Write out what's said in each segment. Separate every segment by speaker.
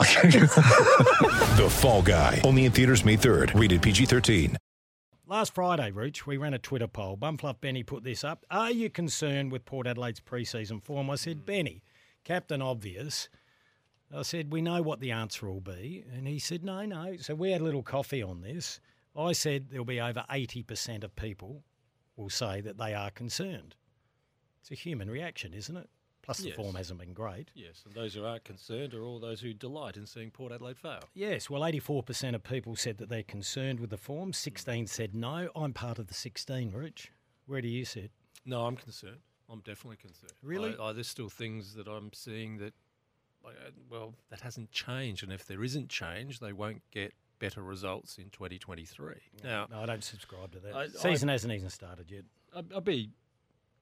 Speaker 1: The Fall Guy. Only in theaters May 3rd. Rated PG-13.
Speaker 2: Last Friday, Rooch, we ran a Twitter poll. Bumfluff Benny put this up. Are you concerned with Port Adelaide's pre-season form? I said, Benny, captain obvious. I said, we know what the answer will be. And he said, no, no. So we had a little coffee on this. I said there'll be over 80% of people will say that they are concerned. It's a human reaction, isn't it? Plus the
Speaker 3: Yes.
Speaker 2: form hasn't been great.
Speaker 3: Yes, and those who aren't concerned are all those who delight in seeing Port Adelaide fail.
Speaker 2: Yes, well, 84% of people said that they're concerned with the form. 16 said no. I'm part of the 16, Rich. Where do you sit?
Speaker 3: No, I'm concerned. I'm definitely concerned.
Speaker 2: Really?
Speaker 3: I, I, there's still things that I'm seeing that, I- uh, well, that hasn't changed. And if there isn't change, they won't get better results in 2023. Now,
Speaker 2: No, I don't subscribe to that.
Speaker 3: I- I-
Speaker 2: Season hasn't even started yet.
Speaker 3: I'd, I'd be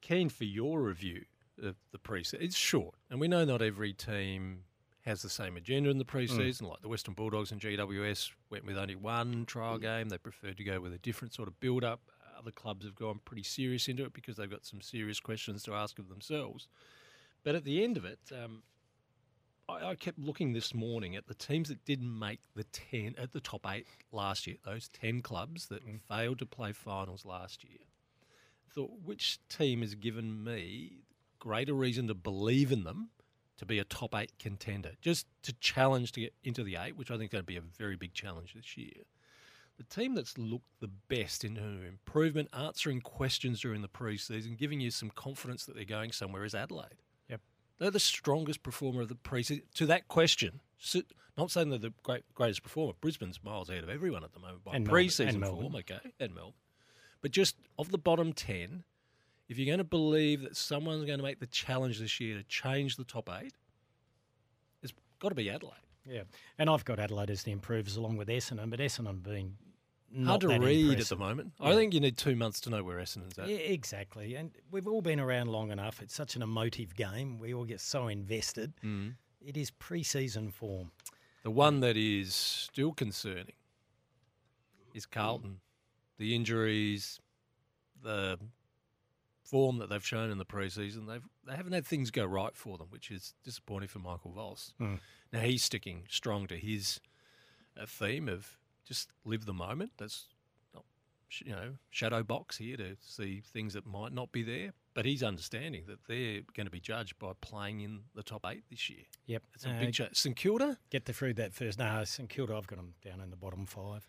Speaker 3: keen for your review of the preseason. It's short, and we know not every team has the same agenda in the preseason. Like the Western Bulldogs and GWS went with only one trial game. They preferred to go with a different sort of build up. Other clubs have gone pretty serious into it because they've got some serious questions to ask of themselves. But at the end of it, um, I, I kept looking this morning at the teams that didn't make the 10 at the top eight last year, those 10 clubs that failed to play finals last year thought, which team has given me greater reason to believe in them to be a top eight contender, just to challenge to get into the eight, which I think is going to be a very big challenge this year. The team that's looked the best in terms of improvement, answering questions during the preseason, giving you some confidence that they're going somewhere is Adelaide.
Speaker 2: Yep.
Speaker 3: They're the strongest performer of the preseason. To that question, so, not saying they're the great, greatest performer. Brisbane's miles ahead of everyone at the moment by
Speaker 2: And Melbourne- and
Speaker 3: preseason
Speaker 2: Melbourne.
Speaker 3: form, okay, and Melbourne. But just of the bottom 10, if you're going to believe that someone's going to make the challenge this year to change the top eight, it's got to be Adelaide.
Speaker 2: Yeah, and I've got Adelaide as the improvers along with Essendon, but Essendon being not
Speaker 3: Hard to
Speaker 2: that
Speaker 3: read at the
Speaker 2: impressive.
Speaker 3: moment.
Speaker 2: Yeah.
Speaker 3: I think you need two months to know where Essendon's at.
Speaker 2: Yeah, exactly. And we've all been around long enough. It's such an emotive game. We all get so invested.
Speaker 3: Mm.
Speaker 2: It is pre-season form.
Speaker 3: The one that is still concerning is Carlton. The injuries, the form that they've shown in the preseason, they've they haven't had things go right for them, which is disappointing for Michael Voss.
Speaker 2: Mm.
Speaker 3: Now he's sticking strong to his uh, theme of just live the moment. That's not sh- you know shadow box here to see things that might not be there, but he's understanding that they're going to be judged by playing in the top eight this year.
Speaker 2: Yep, Uh,
Speaker 3: It's a big change. St Kilda.
Speaker 2: Get the through that first. No, St Kilda. I've got them down in the bottom five.